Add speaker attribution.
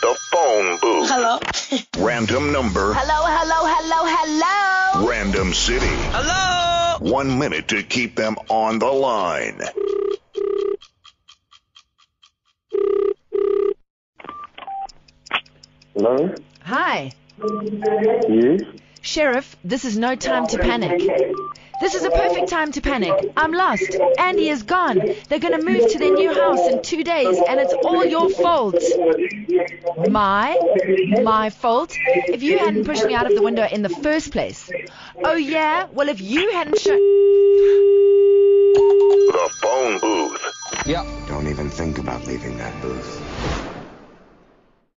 Speaker 1: phone booth.
Speaker 2: Hello.
Speaker 1: Random number.
Speaker 2: Hello, hello, hello, hello.
Speaker 1: Random city.
Speaker 2: Hello.
Speaker 1: One minute to keep them on the line.
Speaker 3: Hello?
Speaker 4: Hi.
Speaker 3: Yes?
Speaker 4: Sheriff, this is no time to panic. This is a perfect time to panic. I'm lost. Andy is gone. They're going to move to their new house in two days, and it's all your fault. My? My fault? If you hadn't pushed me out of the window in the first place. Oh, yeah? Well, if you hadn't shown.
Speaker 1: The phone booth.
Speaker 5: Don't even think about leaving that booth.